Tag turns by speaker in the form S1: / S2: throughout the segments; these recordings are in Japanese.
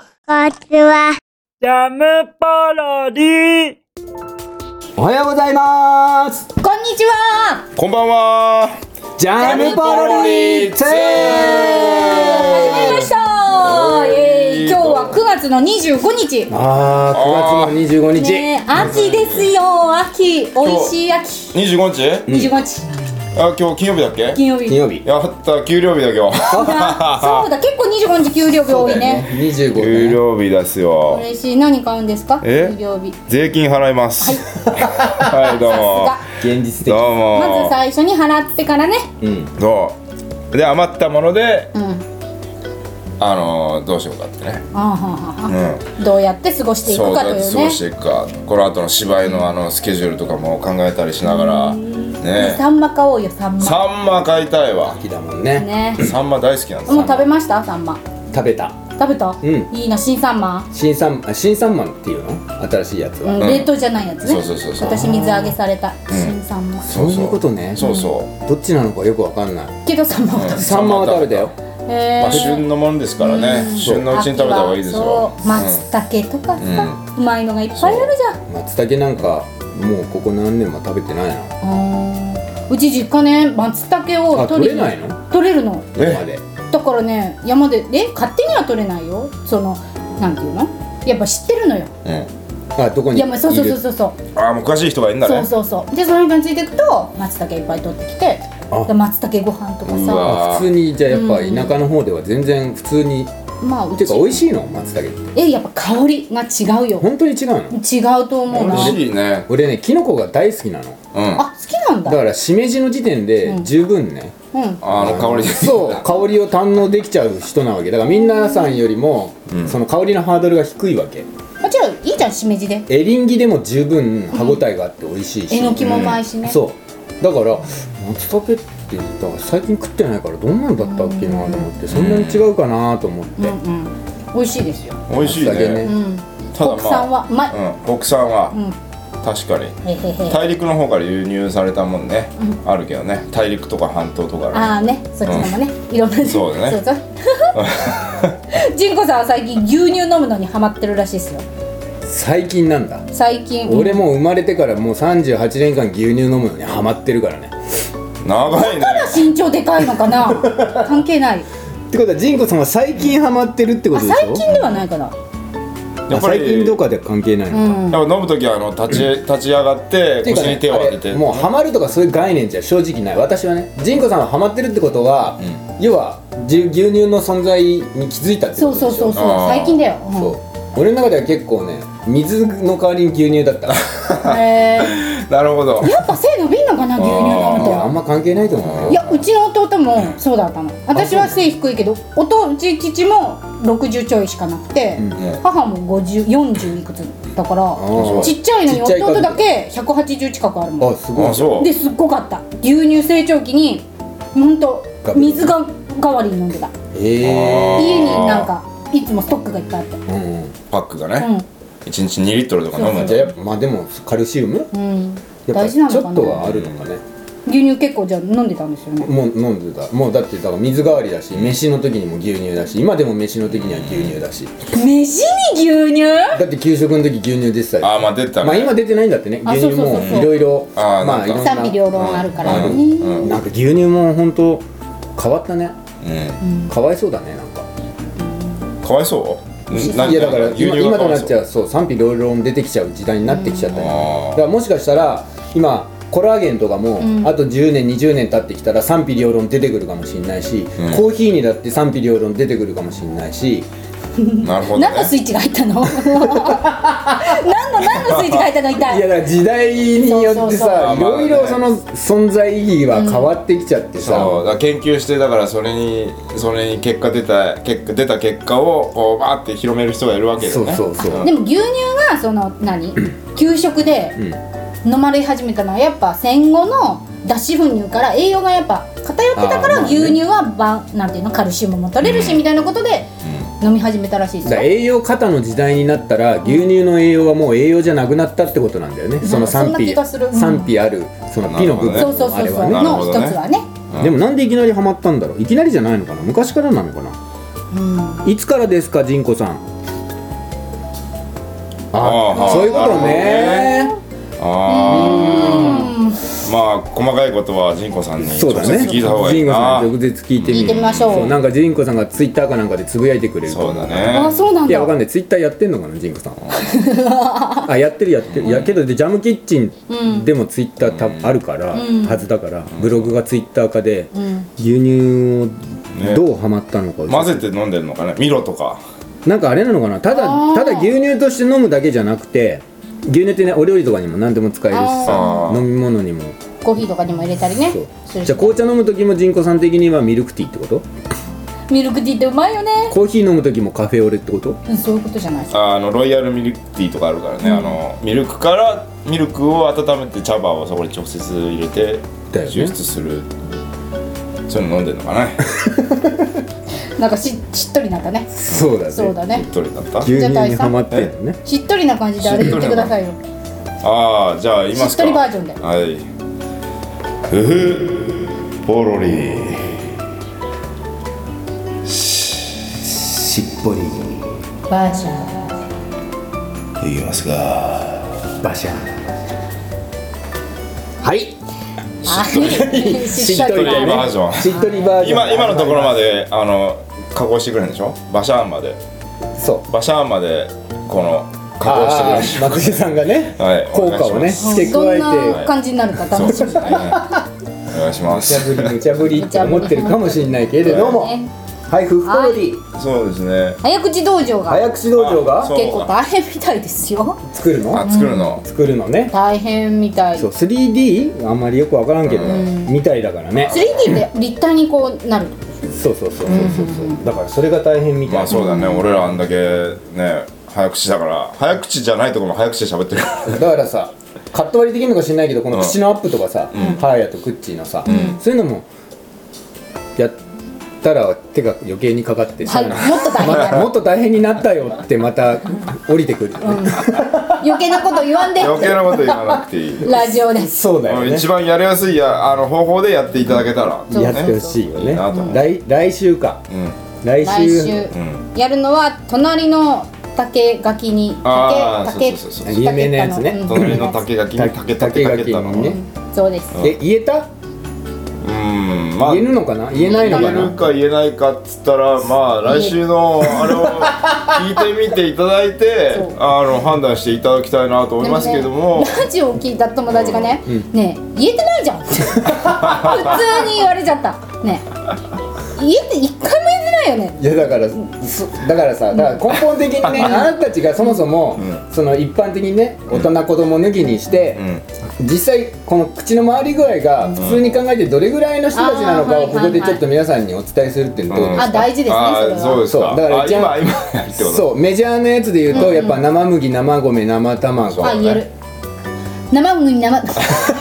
S1: ちは。
S2: ジャムパロディ
S3: おはようございます
S4: こんにちは。
S5: こんばんは。
S3: ジャムパロリーツ
S4: 始まりました。えー、今日は9月の25日。
S3: あー、9月の25日、
S4: ね、秋ですよ。秋、美味しい秋。
S5: 二十五日？
S4: 25日、
S5: あ、今日金曜日だっけ？
S4: 金曜日。
S3: 金曜日
S5: やった、給料日だ今日。
S4: あそうだ、結構25日給料日多いね。
S3: 25日
S5: 給料日ですよ。
S4: 嬉しい。何買うんですか？
S5: え
S4: 給料日。
S5: 税金払います。 はい、どうも。
S4: さ
S3: 現実的
S5: どう
S4: すが。まず
S5: も。
S4: 最初に払ってからね。
S3: うん
S5: そう。で余ったもので、
S4: うん。
S5: あのーどうしようかってね。
S4: あははは
S5: うん。
S4: どうやって過ごしてい
S5: そ
S4: く
S5: う
S4: かと
S5: だ
S4: いう
S5: 過ご
S4: ね
S5: し。ていくか。この後の芝居のあのスケジュールとかも考えたりしながら、ね。
S4: サンマ買おうよ、サンマ。
S5: サンマ買いたいわ。
S3: 秋だもんね
S4: ね。
S5: サンマ大好きなんです。
S4: もう食べました？サンマ。
S3: 食べた
S4: 食べた？
S3: ん
S4: いいな、新サンマ。
S3: 新さんあ新さんマンっていうの新しいやつは、
S4: うん、冷凍じゃないやつね
S5: そうそうそうそう
S4: 私水揚げされた、新さんも
S5: そう
S3: そういうことね
S5: そうそう。
S3: どっちなのかよくわかんない
S4: けどさんも、へ
S3: サンマは食べたよ
S4: え
S5: まあ、旬のものですからね、旬のうちに食べた方がいいですよ
S4: そう松茸とかさ、うまいのがいっぱいある
S3: 松茸なんかもうここ何年も食べてないな
S4: じゃんうち実家ね松茸を
S3: あ
S4: 取
S3: 取
S4: り
S3: れ
S4: に
S3: ないの
S4: 取れるの
S3: ここま
S5: え
S3: で
S4: だからね山でえ勝手には取れないよそのなんていうのやっぱ知ってるのよ
S5: うん
S3: あどこ
S4: い
S3: にい
S4: や
S3: る
S4: もうそうそうそうそうそう
S5: ああもう詳しい人がいるんだ
S4: そう
S5: ね
S4: そうそうでその人についていくと松茸いっぱい取ってきて
S3: あ
S4: で松茸ご飯とか
S5: う
S4: さ
S5: わ
S3: あ普通にじゃあやっぱ田舎の方では全然普通に
S4: まあう
S3: て
S4: ち
S3: か美味しいの松茸って
S4: えやっぱ香りが違うよ
S3: 本当に違うの
S4: 違うと思う
S5: 美
S4: な
S5: 味しいね
S3: 俺ねキノコが大好きなの
S5: うんあ
S4: あ好きなんだ
S3: だからしめじの時点で十分ね、
S4: うん
S5: の香りで
S3: そう 香りを堪能できちゃう人なわけだからみんなさんよりも、その香りのハードルが低いわけ
S4: もちろんいいじゃんしめじで
S3: エリンギでも十分歯応えがあって美味しいし、
S4: えのきもうまいしね
S3: そうだから松茸ってだから最近食ってないからどんなんだったっけなと思ってそんなに違うかなと思って、
S4: うんうん美味しいですよ
S5: 美味しい
S3: 松茸
S5: ね
S4: うん
S5: ただまあ
S4: 国産はうまい
S5: うん国産は確かに
S4: へへへ
S5: 大陸の方から輸入されたもんねあるけどね大陸とか半島とか
S4: あ
S5: ね
S4: あねそっちのもねいろんな
S5: そうだね
S4: そうそうジンコさんは最近牛乳飲むのにハマってるらしいですよ
S3: 最近なんだ
S4: 最近
S3: 俺もう生まれてからもう38年間牛乳飲むのにハマってるからね
S5: 長いね
S4: 身長でかいのかな関係ない
S3: ってことはジンコさんは最近ハマってるってこ
S4: あ
S3: とでしょ
S4: 最近ではないかな
S5: や
S3: あ
S5: っぱ
S3: 最
S5: り
S3: 近とかでは関係ないのか、
S4: うん
S5: やっぱ飲む時はあの立ち立ち上がって
S3: っていう
S5: 腰
S3: か
S5: に
S3: ね
S5: 手を当て
S3: あ
S5: て
S3: れもうハマるとかそういう概念じゃ正直ない私はねジンコさんがハマってるってことは、要はじ牛乳の存在に気づいたって
S4: そ
S3: こ
S4: う
S3: とでし
S4: そ
S3: ょ
S4: うそうそう
S5: あー
S4: 最近だようん
S3: そう俺の中では結構ね水の代わりに牛乳だ ったい
S4: へ
S5: なるほど
S4: ーやっぱ背伸びんのかな牛乳飲むと
S3: やあんま関係ないと思うよ
S4: いやうちの弟もそうだったの私は背低いけど弟うち父も60ちょいしかなくて、母も50 40いくつだから
S3: ー
S4: ちっちゃいのに
S3: ちっちゃい数
S4: 弟だけ180近くあるも
S3: あ
S4: ん
S3: すごい
S5: あそう
S4: ですっごかった牛乳成長期にほんと水が代わりに飲んでた
S3: へえ
S4: 家になんかいつもストックがいっぱいあって
S3: ーうん
S5: パックが
S4: うん
S5: ね一日2リットルとか飲むん
S3: じゃあ
S5: だ
S3: や
S5: よ
S3: っぱまあでもカルシウムやっ
S4: うん
S3: ぱ
S4: 大事
S3: ち
S4: なの
S3: ょ
S4: か
S3: っ
S4: な
S3: とはあるのかね
S4: 牛乳結構じゃあ飲んでたんですよね
S3: もう飲んでたもうだってだから水代わりだし飯の時にも牛乳だし今でも飯の時には牛乳だし
S4: 飯に牛乳
S3: だって給食の時牛乳出てたり
S5: ああまあ出てた
S3: まあ
S5: ね
S3: 今出てないんだってね
S4: あ
S3: 牛乳
S4: そう
S3: も
S4: そうそうそう
S3: いろいろ
S5: あー
S3: ま
S5: な
S3: あい
S5: んか
S3: ろんな
S4: 賛否両論あるからね、
S3: なんか牛乳も本当変わったね
S5: う
S3: かわいそうだねなんか
S5: んかわいそううん何
S3: いやだから
S5: 牛
S3: 今
S5: 乳が
S3: 今
S5: か
S3: と
S5: わい
S3: なっ
S5: そう
S3: ちゃうそう賛否両論出てきちゃう時代になってきちゃったよ
S5: うん
S3: だからもしかしたら今コラーゲンとかもあと10年20年経ってきたら賛否両論出てくるかもしれないしコーヒーにだって賛否両論出てくるかもしれないし
S5: なるほどね
S4: 何のスイッチが入ったの 何の何のスイッチが入ったの一
S3: いや
S4: 体
S3: だから時代によってさ
S5: そうそうそう
S3: いろいろその存在意義は変わってきちゃってさ
S5: そうだから研究してだからそれにそれに結果出た結果出た結果をこうバーって広める人がいるわけだ
S3: そ
S5: よ
S3: う
S5: ね
S3: そうそう
S4: でも牛乳がその何給食で飲まれ始めたのはやっぱ戦後の脱脂粉乳から栄養がやっぱ偏ってたか
S3: あー
S4: ら
S3: まあね
S4: 牛乳はばんなんていうのカルシウムも取れるしみたいなことで飲み始めたらしいです
S3: だから
S4: よ
S3: 栄養過多の時代になったら牛乳の栄養はもう栄養じゃなくなったってことなんだよね、その賛
S4: そんな
S3: 否
S4: 気がするうん
S3: 賛否あるそのピの部分
S5: だ
S4: そう
S5: よ
S4: そう
S3: のあ
S4: そう
S3: れ
S4: そ
S3: は
S4: う
S3: ね
S5: なる
S4: の
S5: ほど
S4: 一
S5: ね
S4: つはね
S3: でもなんでいきなりハマったんだろういきなりじゃないのかな昔からなのかな、いつからですかジンコさん
S5: ああ
S3: そういうことね
S5: あ
S4: うん
S5: あまあ細かいことはジンコさんに直接
S3: そうだね
S5: 聞いた方がい
S3: ジ
S5: い
S3: ンコさ
S5: なん
S3: に直接聞いてみ
S4: 聞いてみましょう
S3: そうなんかジンコさんがツイッターかなんかでつぶやいてくれると
S5: そ
S3: 思
S5: う
S3: う
S5: だ
S4: あ
S5: ね
S4: そうなん
S3: いや
S4: だ
S3: わかんないツイッターやってんのかなジンコさんはあやってるやってるいやけどでジャムキッチンでもツイッターた、あるから、
S4: ん
S3: はずだからブログがツイッター化で、
S4: うん
S3: 牛乳
S5: ね
S3: をどうハマったのか、
S5: 混ぜて飲んでるのかねミロとか
S3: なんかあれなのかなただ
S4: あー
S3: ただ牛乳として飲むだけじゃなくて牛乳ってねお料理とかにも何でも使えるし
S5: あ
S3: さ
S5: ー
S3: 飲み物にも
S4: コーヒーとかにも入れたりね
S3: そう
S4: する
S3: じゃあ紅茶飲む時もジンコさん的にはミルクティーってこと
S4: ミルクティーってうまいよね
S3: コーヒー飲む時もカフェオレってこと
S4: うんそういうことじゃないですか
S5: あのロイヤルミルクティーとかあるからね、あのミルクからミルクを温めて茶葉をそこに直接入れて
S3: だよね
S5: 抽出する、そういうの飲んでるのかね
S4: なんかししっとりなんかね
S3: そうだね
S4: そうだね
S5: どれだった
S3: 牛乳にハマってるのね
S4: しっとりな感じであれ言ってくださいよ
S5: ああじゃあ言いますか
S4: しっとりバージョンで
S5: はいふふポロリ
S3: しっぽり
S4: バージョン
S5: いきますか
S3: バシャはい
S4: あしっと
S5: 一
S4: り
S5: 人バージョン
S3: しっとりバージョン
S5: 今今のところまであの加工してくれるんでしょバシャーンまで
S3: そう
S5: バシャーンまでこの加工してくれる
S3: あ
S5: んでし
S3: あまこじさんがね、
S5: はい
S3: 効果をね
S5: お
S3: 付け
S4: ど
S3: 加
S4: ん
S3: えて
S4: な感じになるか
S5: ょそう
S4: 楽し
S5: で
S4: み
S5: すねお願いしま
S3: 無茶
S5: す
S3: ぶり無茶ぶりって思ってるかもしれないけれども
S4: ね
S3: はいふっころり
S5: そうですね
S4: 早口道場が
S3: 早口道場
S5: あ
S3: が
S5: そう
S4: 結構大変みたいですよ
S3: 作る
S5: あ
S3: の
S5: 作るの
S3: 作るのね
S4: 大変みたい
S3: そう 3D あんまりよく分からんけどみたいだからね
S4: 3D って立体にこうなる
S3: そうそうそうそうそうそうだからそれが大変みた
S5: ま
S3: い
S5: あそうだね俺らあんだけね早口だから早口じゃないとこも早口で喋ってるから
S3: だからさカット割りできるのか知んないけどこの口のアップとかさハーヤとクッチーのさそういうのもやったら手が余計にかかって
S4: は
S3: さ
S4: いもっと大変だ
S3: ま もっと大変になったよってまた降りてくる
S4: 余計なこと言わんで
S5: 余計なこと言わなくていい
S4: ラジオです
S3: そうだよね
S5: 一番やりやすいやあの方法でやっていただけたら
S4: そう
S3: やっ
S5: ね
S3: てほしいよ
S5: い
S3: ね
S5: いなと思う
S3: 来来週か
S5: うん
S3: 来
S4: 来
S3: 週
S4: 週
S5: ん
S4: やるのは隣の竹垣に
S5: あー
S4: 竹
S5: そうそうそう
S4: 竹
S3: そう有名なやつね
S4: うん
S5: 隣の竹垣に竹竹竹たの
S3: 竹垣にね
S4: そうです
S3: え言えた
S5: うんまあ
S3: 言えるのかな言えないのか
S5: 言え
S3: な
S5: るか言えないかっつったらまあ来週のあれを聞いてみていただいて
S4: そう
S5: あの判断していただきたいなと思いますけども
S4: でねラジオを聞いた友達がね「ねえ言えてないじゃん」普通に言われちゃったねえ言えて一回も言えてないよね
S3: いやだからそだからさだから根本 的にねあなたたちがそもそも
S5: ん
S3: その一般的にね大人子供抜きにして
S5: うん
S3: 実際この口の回り具合が普通に考えてどれぐらいの人たちなのか
S4: あー
S3: をここで
S4: はいはいはい
S3: ちょっと皆さんにお伝えするっていうのはどうです
S4: あ大事ですね
S5: あ
S4: それ
S5: ー
S4: は
S5: そうです
S3: そ
S5: か
S3: うだから
S5: あ
S3: 一応
S5: 今今やってこと
S3: そうメジャーなやつで言うとやっぱ生麦生米生卵
S4: あ
S5: そう
S4: 言える生麦生
S5: 言
S3: い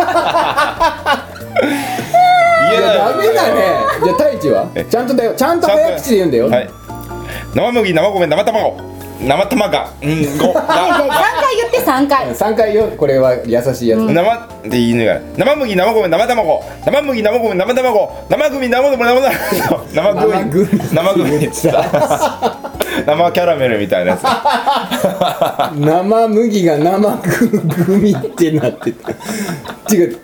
S5: え
S3: や
S5: ない
S3: ダメだねじゃあ太一はちゃんとだよちゃんと早口で言うんだよ
S5: はい生麦生米生卵生卵がうんご
S4: 3
S5: な
S4: 回言って3回
S3: 3回よこれは優しいやつ
S5: 生って言いながら生麦生米生卵生麦生米生卵生組生米生卵生組生組って言った生キャラメルみたいなやつ
S3: 生麦が生組ってなってた違う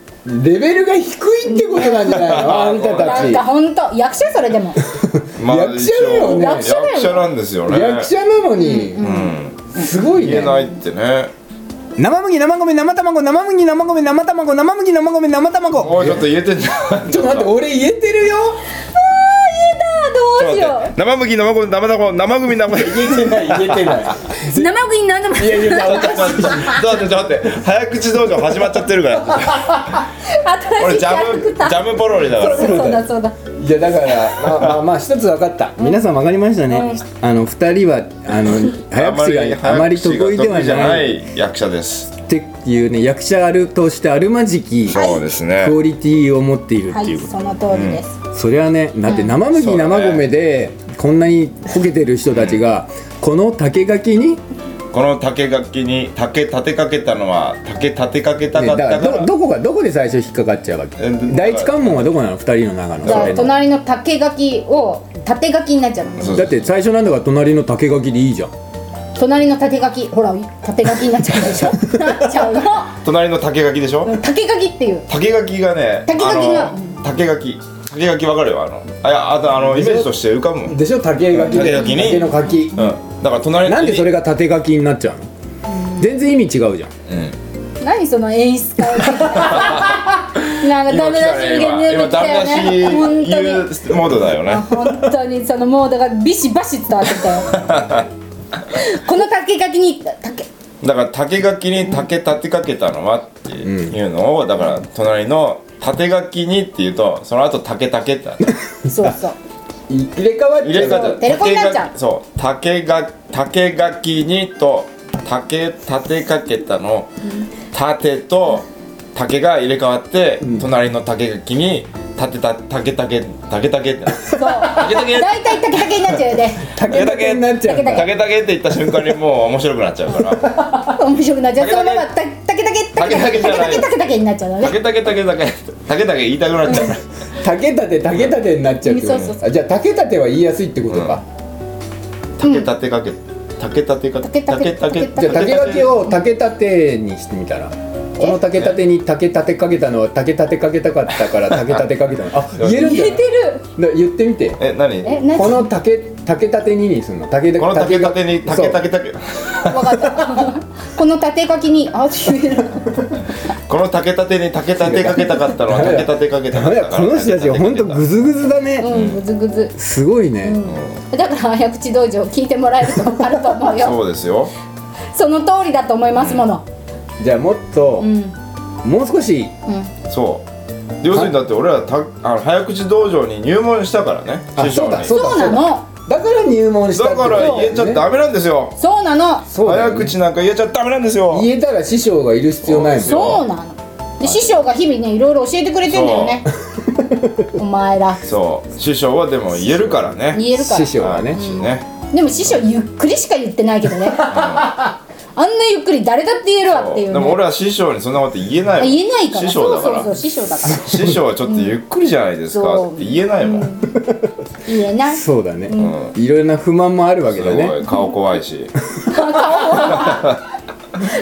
S3: レベルが低いってことなんじゃないのあんたた
S4: なん
S3: ち
S4: かほんと役者それでも
S3: 役者だよね
S5: 役者なんですよね
S3: 役者なのに、すごい
S5: 言
S3: ね
S5: えないってね
S3: 生麦生米生卵生麦生米生卵生麦生米生卵
S5: もうちょっと言えてんじゃん
S3: ちょっと待って俺言えてるよ
S4: どうしよう
S5: 生麦生米生卵生組生米
S3: 言えてない言えてない
S4: 生麦生
S3: いやいやおか
S5: ちょっと待ってちょっと待って早口道場始まっちゃってるから
S4: 新し
S5: 俺
S4: いキ
S5: ジャ
S4: ャラ
S5: ム
S4: ク
S5: ジ
S4: ター
S5: ャムポロリだから
S4: そうだそうだ
S3: いやだからまあまあまあ一つ分かった皆さん分かりましたねあの二人はあの早口があまり得意では
S5: じゃ
S3: な
S5: ないい役者です
S3: っていうね役者あるとしてあるまじき
S5: そうですね
S3: クオリティを持っている
S4: は
S3: ってい
S4: いう
S3: こと、
S4: その通りです
S3: それはねだって生麦
S5: そうだね
S3: 生米でこんなに焦げてる人たちが、この竹垣に、ね、
S5: この竹垣に竹立てかけたのは竹立てかけた
S3: だ
S5: かっ
S3: か
S5: たから
S3: ど
S5: ら
S3: どこがどこで最初引っかかっちゃうわけ
S5: えだから
S3: 第一関門はどこなの二人の中の
S4: じゃ
S3: それ
S4: あ
S3: の
S4: 隣の竹垣を縦垣になっちゃうの
S5: そう
S3: だって最初なんだから隣の竹垣でいいじゃん
S4: 隣の縦書きほら縦書きになっちゃうでしょなっちゃうの
S5: 隣の竹垣でしょ、
S4: うん縦書きっていう
S5: 竹垣がね
S4: 竹垣が
S5: あの竹垣竹垣わかるよあのあいやあとあのイメージとして浮かぶもん、うん、
S3: でしょ竹垣
S5: 竹垣に
S3: 竹の垣
S5: だから隣
S3: なんでそれ
S5: が
S3: が縦書きになっちゃうの全然意味違うじゃん
S5: うん
S4: 何その演 出家なんかダメ出し
S5: 今
S4: が
S5: 来
S4: 出
S5: たね今
S4: てきたよね
S5: 今
S4: 本当に
S5: ダメ出し言うモードだよね
S4: 本当にそのもうだからビシバシ伝わってきた よこの竹書きに竹
S5: だから竹垣に竹立てかけたのはっていうのを、だから隣の縦垣にっていうとその後竹竹ってなる
S4: そうそう
S3: 入れ替わっ
S5: 入
S3: ち
S5: れ
S3: ゃう
S5: 方
S4: テレコになっちゃう
S5: そう竹が竹垣にと竹立てかけたの竹と竹が入れ替わって、隣の竹垣に立てた竹竹竹竹って
S4: そう大
S5: 竹
S4: 体竹竹になっちゃうよ ね
S3: 竹竹になっちゃうんだ
S5: 竹竹って言った瞬間にもう面白くなっちゃうから
S4: 面白くなっちゃう
S5: 竹
S4: その
S5: 竹
S4: ままた竹竹竹竹
S5: 竹竹
S4: 竹
S5: じゃない
S4: 竹竹竹になっちゃうのね
S5: 竹竹竹竹竹竹言いたくなっちゃうから
S3: 竹立て竹立てになっちゃうってこと
S4: うんそうそうそ
S3: あじゃあ竹立ては言いやすいってことか、
S5: 竹立てかけ竹立てか
S4: 竹竹
S5: 竹
S3: じ
S5: 竹
S3: ゃあ竹垣を竹立てにしてみたらこの竹立てに竹立てかけたのは竹立てかけたかったから竹立てかけたの あ言えるんじ
S4: 入
S3: ゃな
S4: れ
S3: い
S4: てる
S3: だ言ってみて
S5: え何
S4: え何
S3: この竹竹立てににすんの竹
S5: この竹立てに竹
S3: そう
S5: 竹竹
S4: わかった この縦書きにあ言える
S5: この竹立てに竹立てかけたかったのは竹立てかけた
S3: ダ
S5: かっ
S3: メだ
S5: た
S3: この人たちほんとグズグズだね、
S4: うんぐずぐず
S3: すごいね、
S4: だから早口道場聞いてもらえるとあると思うよ
S5: そうですよ
S4: その通りだと思いますもの
S3: じゃあもっと、
S4: うんうん
S3: もう少し
S5: そう要するにだって俺らたあの早口道場に入門したからね
S3: あ
S5: 師匠
S3: そう
S5: に
S3: だそう
S4: そうなの
S3: だから入門したって
S5: だ
S3: こ
S5: か
S3: と
S5: ら
S3: だよね
S5: 言えちゃダメなんですよ
S4: そうなの
S3: そうだよ
S5: 早
S3: ね
S5: 口なんか言えちゃダメなんですよ
S3: 言えたら師匠がいる必要ないもん
S5: そう
S4: そうなので師匠が日々ねいろいろ教えてくれてんだよね お前ら
S5: そう師匠はでも言えるからね
S4: 言えるか
S3: 師匠
S5: は
S3: がね、
S5: ね
S4: らでも師匠ゆっくりしか言ってないけどねあんなゆっくり誰だって言えるわっていう
S5: でも
S4: ね
S5: 俺は師匠にそんなこと言えない
S4: あ
S5: もん
S4: 言えないから
S5: 師匠だか
S4: そうそうそう
S5: ら
S4: 師匠だから
S5: 師匠はちょっとゆっくりじゃないですか
S4: そう
S5: って言えないもん
S4: 言えない
S3: そうだね、
S5: ん
S3: いろいろな不満もあるわけ
S5: す
S3: だね
S5: ごい顔怖いし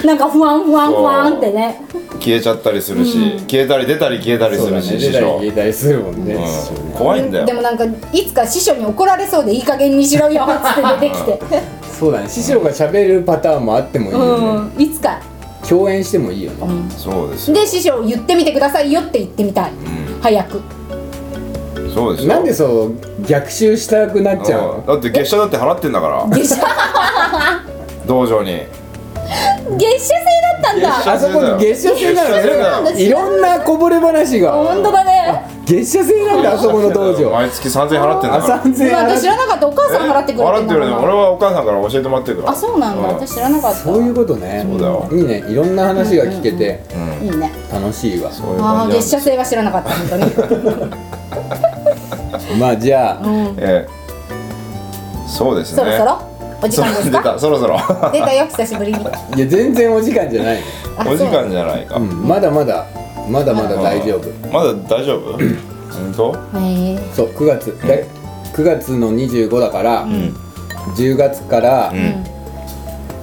S4: なんか不安不安不安ってね
S5: 消えちゃったりするし消えたり出たり消えたり
S3: そう
S5: す
S3: だね
S5: るし師
S3: 出たり
S5: 匠
S3: 入れたりするもんね、
S5: うん怖いんだ
S4: で
S5: よ
S4: もなんかいつか師匠に怒られそうでいい加減にしろよって出てきて
S3: そうだね師匠が喋るパターンもあってもいいよね、
S4: うんいつか
S3: 共演してもいいよね、
S5: そうですよ
S4: で師匠言ってみてくださいよって言ってみたい早く
S5: そうですよ
S3: なんでそう逆襲したくなっちゃう
S5: うん
S3: の
S5: だって月謝だって払ってんだから
S4: 月謝
S5: 道場に
S4: 月謝制だったん
S5: 月
S4: だ
S5: 謝
S3: あそこ月謝制な
S5: 月謝制な
S3: の
S5: の
S3: ねいろんなこぼれ話
S4: 本当
S3: が
S4: だね
S3: 月謝制なんだあそこの道場
S5: 毎月3000円払ってんだ
S3: あ
S5: から
S3: 三千
S4: で
S3: 円
S4: も私知
S3: 払
S4: ら
S3: っ
S4: なかったお母さん払ってくれて
S5: 払ってくれて
S4: ん
S5: る
S4: だ
S5: 俺はお母さんから教えてもらってるから
S4: あそうなんだ私知らなかった
S3: そういうことね
S5: そうだよ
S3: いいねいろんな話が聞けて
S4: いいね
S3: 楽しいわ
S5: そういう
S4: ああ
S5: 感じなんで
S4: 月
S5: す
S4: 謝制は知らなかった本当に
S3: まあじゃあ
S5: ええそうですね
S4: そろそろお時間です
S5: 出
S4: か
S5: たそろそろ
S4: 出たよ久しぶりに
S3: いや全然お時間じゃない
S4: あ
S5: お時
S4: そう
S5: 間じゃないか
S3: うんまだまだまだまだ大丈夫
S5: まだ大丈夫本当
S4: へえ
S3: そう9月で9月の25だから10月から
S5: ん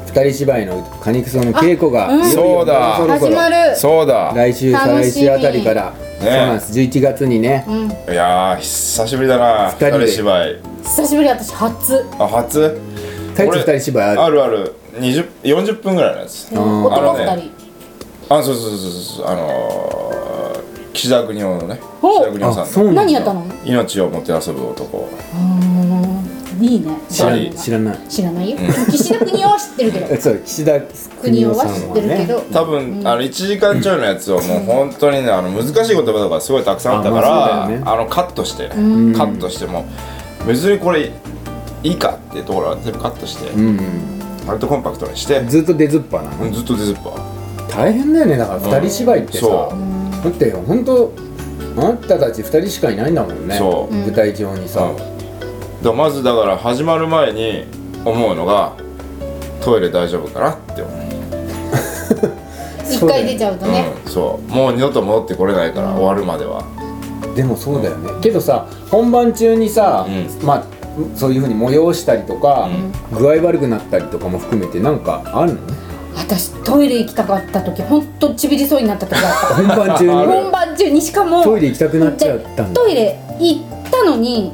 S3: 二人芝居のカニクソの稽古が
S4: あうん
S3: いよいよ
S5: そうだ
S3: そろそ
S4: 始
S3: ろ
S4: まる
S5: そうだ
S3: 来週再
S4: 楽
S3: 来
S4: しみ
S3: 週あたりからそうなんです11月にね
S4: うん
S5: いやー久しぶりだな
S3: 二人で
S5: 二人芝居
S4: 久しぶり私初
S5: あ初
S3: 太一二人芝居ある
S5: あるある20 40分ぐらいのやつ
S3: ん
S4: 男
S5: あ
S4: 二
S5: の
S4: 人
S5: あそうそうそうそうあのー、岸田邦夫のね
S4: お
S5: 岸田邦夫
S3: あそ
S5: さん
S3: うな
S5: の
S3: んだ
S4: 何やったの
S5: 命をもて遊ぶ男
S4: いいね
S3: 知らない
S5: 二人
S3: 知らない
S4: 知らないよ 岸田邦夫は知ってるけど
S3: そう岸田
S4: 邦
S3: 邦
S4: 夫
S3: 夫
S4: は
S3: さ
S4: 知
S3: ん
S4: っ
S3: は
S4: てるけ
S3: ね
S4: ど
S5: 多分、あの1時間ちょいのやつをもう本当にねあの難しい言葉とかすごいたくさんあったから
S3: あまあ
S5: あ、
S3: そうだよね
S5: のカットして、カットしても別にこれいいかっていうところは全部カットして、割とコンパクトにして、
S3: ずっと出ずっぱなの
S5: ずっと出ずっぱ
S3: 大変だよねだから二人芝居ってさ
S5: そ
S3: だって本当あんたたち二人しかいないんだもんね
S5: そう
S3: 舞台上にさ
S5: だからまずだから始まる前に思うのがトイレ大丈夫かなって思う、
S4: 一回出ちゃうとね
S5: うん、そうもう二度と戻ってこれないから終わるまでは
S3: でもそうだよねけどさ本番中にさ
S5: う
S3: まあそういうふうに催したりとか、
S5: う
S3: 具合悪くなったりとかも含めてなんかあるの
S4: 私トイレ行きたかった時ほんとちびりそうになった時あった
S3: 本番中
S5: ある
S3: に
S4: 本番中にしかも
S3: トイレ行きたくなっちゃったんだ
S4: トイレ行ったのに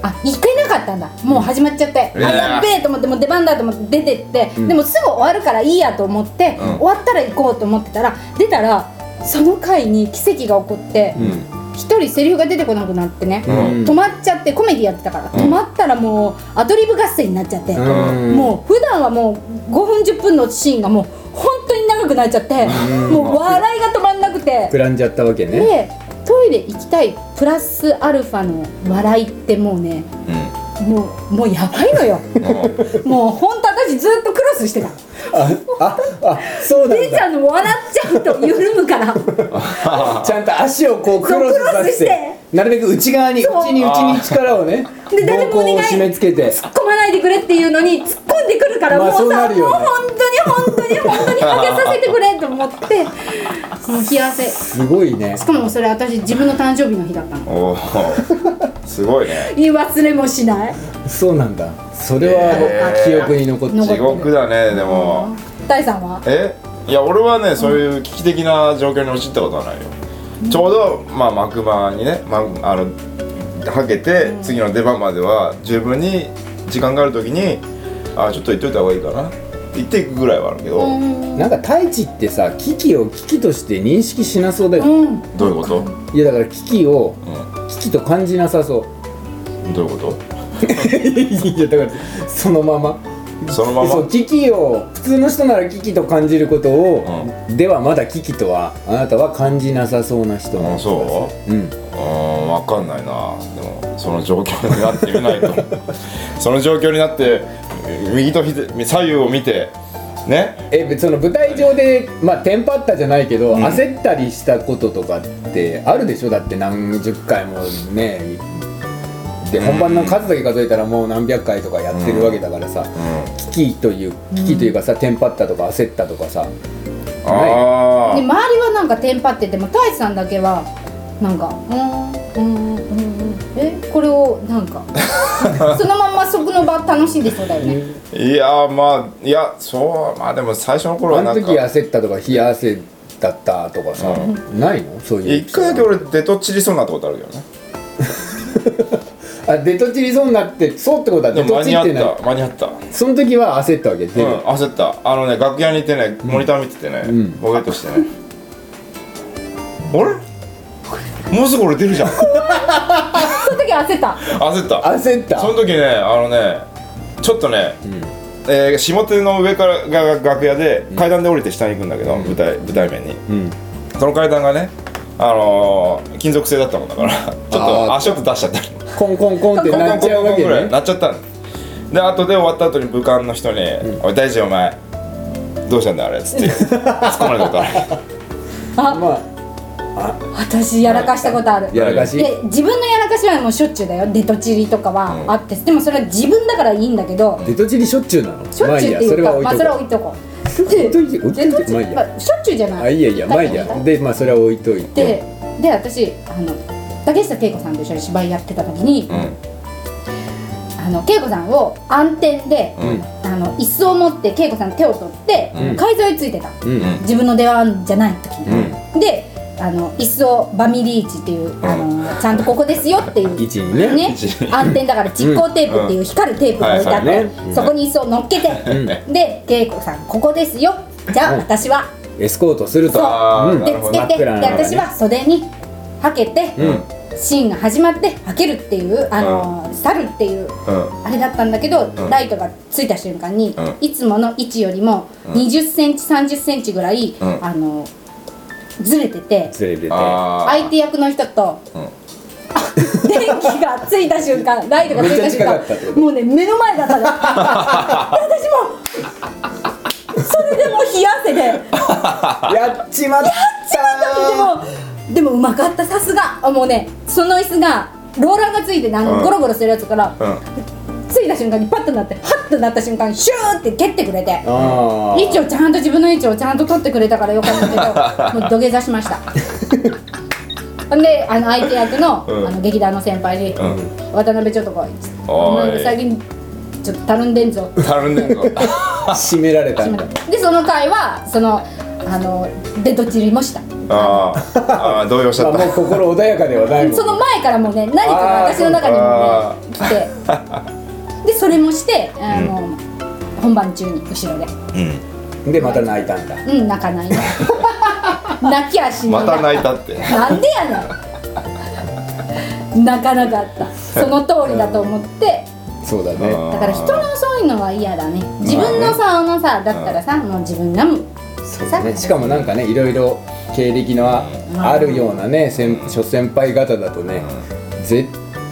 S4: あ行けなかったんだもう始まっちゃって、
S5: うん
S4: あやっべえと思ってもう出番だと思って出てって、
S3: うん
S4: でもすぐ終わるからいいやと思って、
S5: うん
S4: 終わったら行こうと思ってたら出たらその回に奇跡が起こって
S5: うん
S4: 一、人セリフが出てこなくなってね、
S5: うん
S4: 止まっちゃってコメディやってたから、
S5: ん
S4: 止まったらもうアドリブ合戦になっちゃって、
S3: うん
S4: もう普段はもう5分10分のシーンがもう本当に長くなっちゃって、もう笑いが止まんなくて。
S3: 膨らんじゃったわけね
S4: でトイレ行きたいプラスアルファの笑いってもうねもうもうやばいのよもうほんと私ずっとクロスしてた
S3: あああそうなん
S4: 姉ち
S3: だ
S4: ゃんの笑っちゃうと緩むから
S3: ちゃんと足をこうクロスさせ
S4: そうクロスしてて
S3: なるべく内側に内
S4: そう
S3: に内に力をね
S4: で誰もお願い
S3: 膀胱を締め付けて
S4: 突っ込まないでくれっていうのに突っ込んでくるから、
S3: まあ
S4: も
S3: そう
S4: う
S3: な
S4: さ
S3: るよ
S4: も
S3: ね
S4: う本当に本当に本当にかけさせてくれと思ってもう冷や汗し
S3: すごいね
S4: かもそれ私自分の誕生日の日だったの
S5: おお ーすごいね
S4: 言い忘れもしない
S3: そうなんだそれ
S5: へ
S3: は
S5: ー
S3: 記憶に残って
S4: 残
S5: 地
S4: っ
S5: 獄だねでも
S4: 大さんは
S5: えいや俺はねそういう危機的な状況に陥ったことはないよ、ちょうどまあ幕間にね、まあ、あのはけて、次の出番までは十分に時間がある時にあちょっと行っといた方がいいかな行っていくぐらいはあるけど、
S4: うん
S3: なんか太一ってさ危機を危機として認識しなそうだよ、
S4: うん
S5: どういうこと、
S3: いやだから危機を危機と感じなさそう
S5: うん、どういうこ
S3: いやだからそのまま
S5: とそのまま
S3: そう危機を普通の人なら危機と感じることを、ではまだ危機とはあなたは感じなさそうな人な
S5: あそう
S3: うん
S5: うーんわかんないなでもその状況になってみないと その状況になって右と左左右を見てね
S3: えその舞台上でまあテンパったじゃないけど、焦ったりしたこととかってあるでしょだって何十回もねで本番の数だけ数えたらもう何百回とかやってるわけだからさ、
S5: うん
S3: 危機という危機というかさ、テンパったとか焦ったとかさ
S5: あ
S4: で周
S5: ー
S4: りはなんかテンパってても太一さんだけはなんか「うーんうーんうーんえこれをなん かそのまんまそこの場楽しんでそうだよね
S5: いやーまあいやそうまあでも最初の頃
S3: あ
S5: はな
S3: の
S5: ん
S3: 時
S5: か
S3: 焦ったとか冷や汗だったとかさ、ないのそういう
S5: 一回だけ俺デトチりそうになったことあるけどね
S3: あデトチリゾーンになってそうってことは
S5: で
S3: デト
S5: も間
S3: チ
S5: に合
S3: っ
S5: って
S3: ない
S5: た間に合った、う
S3: その時は焦ったわけで、
S5: ん、焦ったあのね楽屋にいてねモニター見ててね、
S3: ん
S5: ボケっとしてね、あれもうすぐ俺出るじゃん
S4: その時焦った
S5: 焦った
S3: 焦った
S5: その時ねあのねちょっとね、えー下手の上からがが楽屋で階段で降りて下に行くんだけど、舞台舞台面に
S3: うん
S5: その階段がねあのー金属製だったもんだから ちょっと
S3: あー
S5: 足音出しちゃったり
S3: コンコンコンってなっちゃうわけ
S5: ぐらい
S3: ね
S5: なっちゃったので後で終わった後に武漢の人に「おい大臣お前どうしたんだよあれ」っつって 突っ込まれたから
S3: まあ
S4: 私やらかしたことある
S3: やらかし
S4: で自分のやらかしはもうしょっちゅうだよデトチリとかはあって、でもそれは自分だからいいんだけど、
S3: デトチリしょっちゅうなの
S4: しょ
S3: ま
S4: っ
S3: あ
S4: ち
S3: いい
S4: ゅうっ
S3: や
S4: てい
S3: そうれ
S4: か
S3: は置い
S4: まあ
S3: と
S4: それは
S3: こ
S4: 置いとこうで
S3: 置いといて置いといて
S4: デトチ
S3: まあ
S4: リ
S3: いい
S4: ま
S3: や
S4: あしょっちゅうじゃ
S3: う
S4: ない
S3: あいいやいやまあいい
S4: だから
S3: やでまあそれは置いといて
S4: でで私あの竹下恵子さんと一緒に芝居やってた時に、 あの恵子さんを暗転で、
S5: うん
S4: あの椅子を持って恵子さんの手を取って、
S3: うん
S4: 改造についてた、
S3: うんうん
S4: 自分の出番じゃない時
S5: う
S4: に、
S5: ん
S4: であの椅子をバミリーチっていう、あのちゃんとここですよっていう
S3: 位置にね
S4: ね
S5: 一
S4: 暗転だから蓄光テープっていう光るテープが置いてあっ
S5: う
S4: て、
S5: んはい
S3: はいはい
S4: そこに椅子を乗っけて、
S3: う
S4: で恵子さんここですよじゃあ
S3: うん
S4: 私は
S3: エスコートすると
S4: そう
S5: あー
S3: うん
S5: な
S4: で
S5: るほ
S4: つ
S5: ど
S4: け
S5: ね
S3: 真って暗な
S4: で
S3: のがね
S4: 私は袖にはけて、
S3: うん
S4: シーンが始まってはけるっていうあのー、去るっていう
S5: うん
S4: あれだったんだけど、
S5: ん
S4: ライトがついた瞬間に、
S5: うん
S4: いつもの位置よりも2 0ンチ3 0ンチぐらい、
S5: うん
S4: あのーずれてて
S3: 連れてて
S5: あ
S4: 相手役の人と、
S5: うん
S4: 電気がついた瞬間ライトがついた瞬
S3: めっちゃ近かったってこ
S4: 間
S3: と
S4: もうね目の前だったので私もそれでもう冷や汗で。
S3: やっちまった
S4: でもでもうまかったさすがあもうねその椅子がローラーがついててあ
S5: う
S4: の
S5: ん
S4: ゴロゴロするやつから、
S5: うん
S4: ついた瞬間にパッとなってハッとなった瞬間にシューって蹴ってくれて
S3: あ
S4: 位置
S3: ー
S4: をちゃん と自分の位置をちゃんと取ってくれたからよかったけどもう土下座しましたほんであの相手役の,、
S5: うん
S4: あの劇団の先輩に、
S5: うん
S4: 渡辺ちょっと来い」っつってお
S5: おい
S4: 前最近ちょっと頼んでんぞ」
S5: たるんでんの
S3: 締められたんだ
S4: でその回はそのあのでどちりもした
S5: あーあー動揺しちゃっ
S3: まあもう
S5: た
S3: 心穏やかではないもん
S4: その前からもうね何かが私の中にもね来てでそれもしてあの、本番中に後ろで
S5: うん
S3: でまた泣いたんだ
S4: うん泣かない泣きゃしな
S5: ま
S4: い
S5: た泣いたって
S4: なんでやねん泣かなかったその通りだと思って
S3: そうだね
S4: だから人のそういうのは嫌だね自分のさあのさだったらさもう自分が
S3: そうだねしかもなんかねいろいろ経歴のああるようなね先諸先輩方だとね絶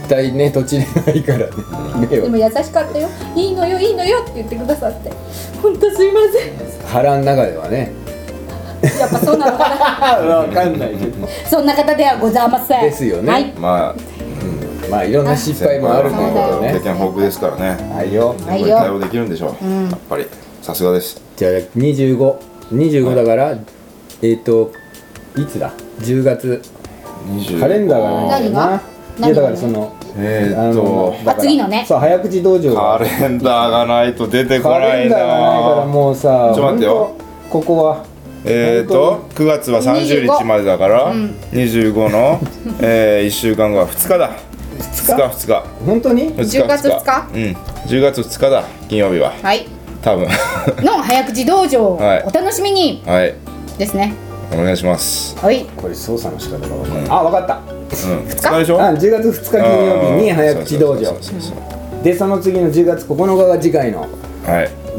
S3: 対ね土地でないからね目
S4: で
S3: を
S4: も優しかったよいいのよいいのよって言ってくださって本当すいません
S3: 腹の中ではね
S4: やっぱそうなのかな
S3: わかんないけど
S4: そんな方ではございません
S3: ですよね
S4: はい
S5: まあ
S3: まあいろんな失敗もあるということで
S5: 経
S3: ね
S5: 験豊富ですからね
S3: はいよ
S4: はいよ
S5: これ対応できるんでしょう、やっぱりさすがです
S3: じゃあ2525だからえっといつだ10月
S5: 25
S3: カレンダーがないんだよない
S4: 何が
S3: やだからその
S5: え
S3: あ
S5: ー、っと
S3: だ
S4: あ
S3: から
S4: 次のね
S3: そう早口道場
S5: カレンダーがないと出てこ
S3: カ
S5: な
S3: レ
S5: い
S3: ン
S5: な
S3: ダーがないからもうさ
S5: ちょっと待ってよ
S3: ほんとここは
S5: えー、と9月は30日までだから25の、えー、1週間後は2日だ2日2日
S3: 本当に
S5: 2日
S4: 10月2
S5: うん10月2日だ金曜日は
S4: はい
S5: 多分
S4: の早口道場を
S5: はい
S4: お楽しみに
S5: はい
S4: ですね
S5: お願いします、
S4: はい
S3: これ操作の仕方が分かんないあ分かった
S5: うん、2日でしょ
S3: あ10月2日金曜日に早口道
S5: そ
S3: 場
S5: うそうそうそう
S3: でその次の10月9日が次回の
S5: は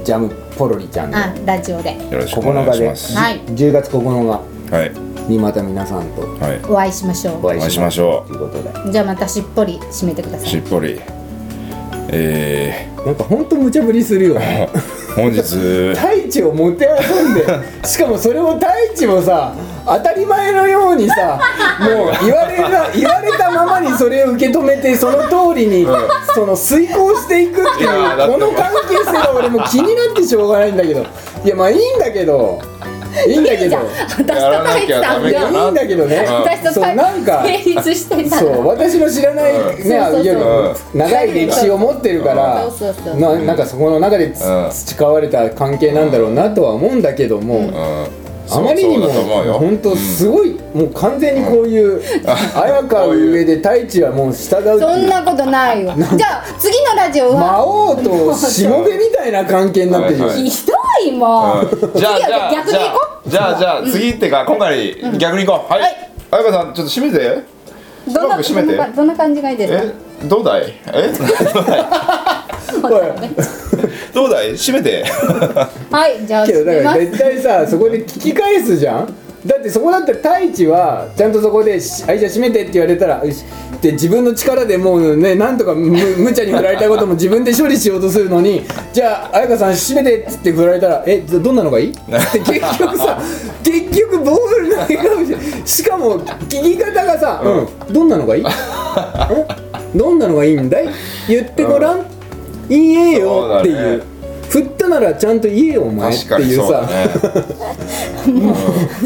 S5: い
S3: ジャムポロリちゃんの
S4: あラジオで
S5: よろしくお願
S3: 9
S5: い
S3: 日
S5: し
S3: で
S5: ます
S4: はい
S3: 10月9
S5: はい
S3: 日にまた皆さんと
S5: はい
S4: お会いしましょ
S3: お
S4: う
S3: 会いしましょうということで
S4: じゃあまたしっぽり締めてください
S5: しっぽりえ
S3: なんか本当無茶ぶりするよね
S5: ー、 本日
S3: 太一をもてあそんでしかもそれを太一もさ当たり前のようにさもう言われな言われたままにそれを受け止めてその通りに、その遂行していくっていう
S5: いやーだって
S3: この関係性が俺もう気になってしょうがないんだけどいやまあいいんだけどいいんだけ
S4: じ
S3: ど
S4: ゃあ私と
S5: やらな
S4: 太一
S5: きゃ
S4: さ
S5: ダ
S4: ん
S5: メか
S4: が
S5: ない
S3: いんだけどね
S4: 私と
S3: そうなんか
S4: 太一成立してた
S3: そう私の知らない、
S5: うん
S4: そ
S3: ね
S4: うそうそう
S3: いや長い歴史を持ってるから
S4: うんそうそうそう
S3: ななんかそこの中でつ
S5: うん
S3: 培われた関係なんだろうなとは思うんだけども、
S5: うん
S3: あまりにも
S5: そうそうだと思うよ
S3: 本当すごい、もう完全にこういう綾香
S5: こういう
S3: 上で太一はもう従うっていう
S4: そんなことないよじゃあ次のラジオは
S3: 魔王としもべみたいな関係になってるよ、
S5: はいはい
S4: ひどいもう
S5: じゃあ
S4: 次
S5: じゃ
S4: は
S5: あ
S4: 逆
S5: じ
S4: に
S5: ゃ
S4: 行こ
S5: あじゃあじゃあ次ってか今回逆に行こうはい
S4: はい
S5: あやかさんちょっと閉めて
S4: うどんな
S5: うまく締めて
S4: どんなどんな感じがいいです
S5: え
S4: か
S5: どうだいえ どうだい閉めて
S4: はいじゃあ
S3: けど
S4: 締
S3: だ
S4: め
S3: か
S4: ま
S3: ら
S4: す
S3: 絶対さそこで聞き返すじゃんだってそこだって太一はちゃんとそこでし「あいじゃあ閉めて」って言われたら「よし」って自分の力でもうねなんとかむ無茶に振られたことも自分で処理しようとするのにじゃあ彩香さん閉めてっつって振られたら「えじゃあどんなのがいい?」って結局さ結局ボール投げかもしれないしかも聞き方がさ「うんどんなのがいい?」ん「どんなのがいいんだい?」言ってごらん、言えよって
S5: そうだ
S3: いう
S5: ね。
S3: 振ったならちゃんと言えよお前って
S5: 確かに
S3: いう
S5: そう
S3: さ
S5: だね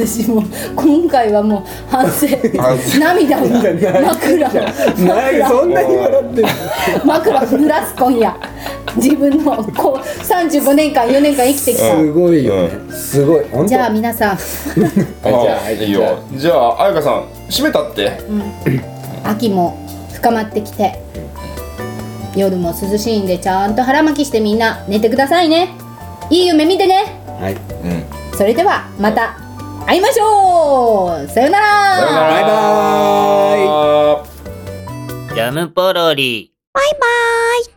S4: 私もう今回はもう反省
S5: 反省
S4: 涙を枕を
S3: ない そんなに笑ってる
S4: 枕を濡らす今夜自分のこう35年間4年間生きてきた
S3: すごいよね、すごい本当
S4: じゃあ皆さん
S5: あ
S3: はい
S5: いいよじゃああやかさん閉めたって
S4: 秋も深まってきて夜も涼しいんでちゃんと腹巻きしてみんな寝てくださいねいい夢見てね
S3: はい
S5: うん
S4: それではまた会いましょうさよなら
S5: さよなら
S3: バイバーイ
S5: イ
S2: ジャムポロリ。
S1: バイバイ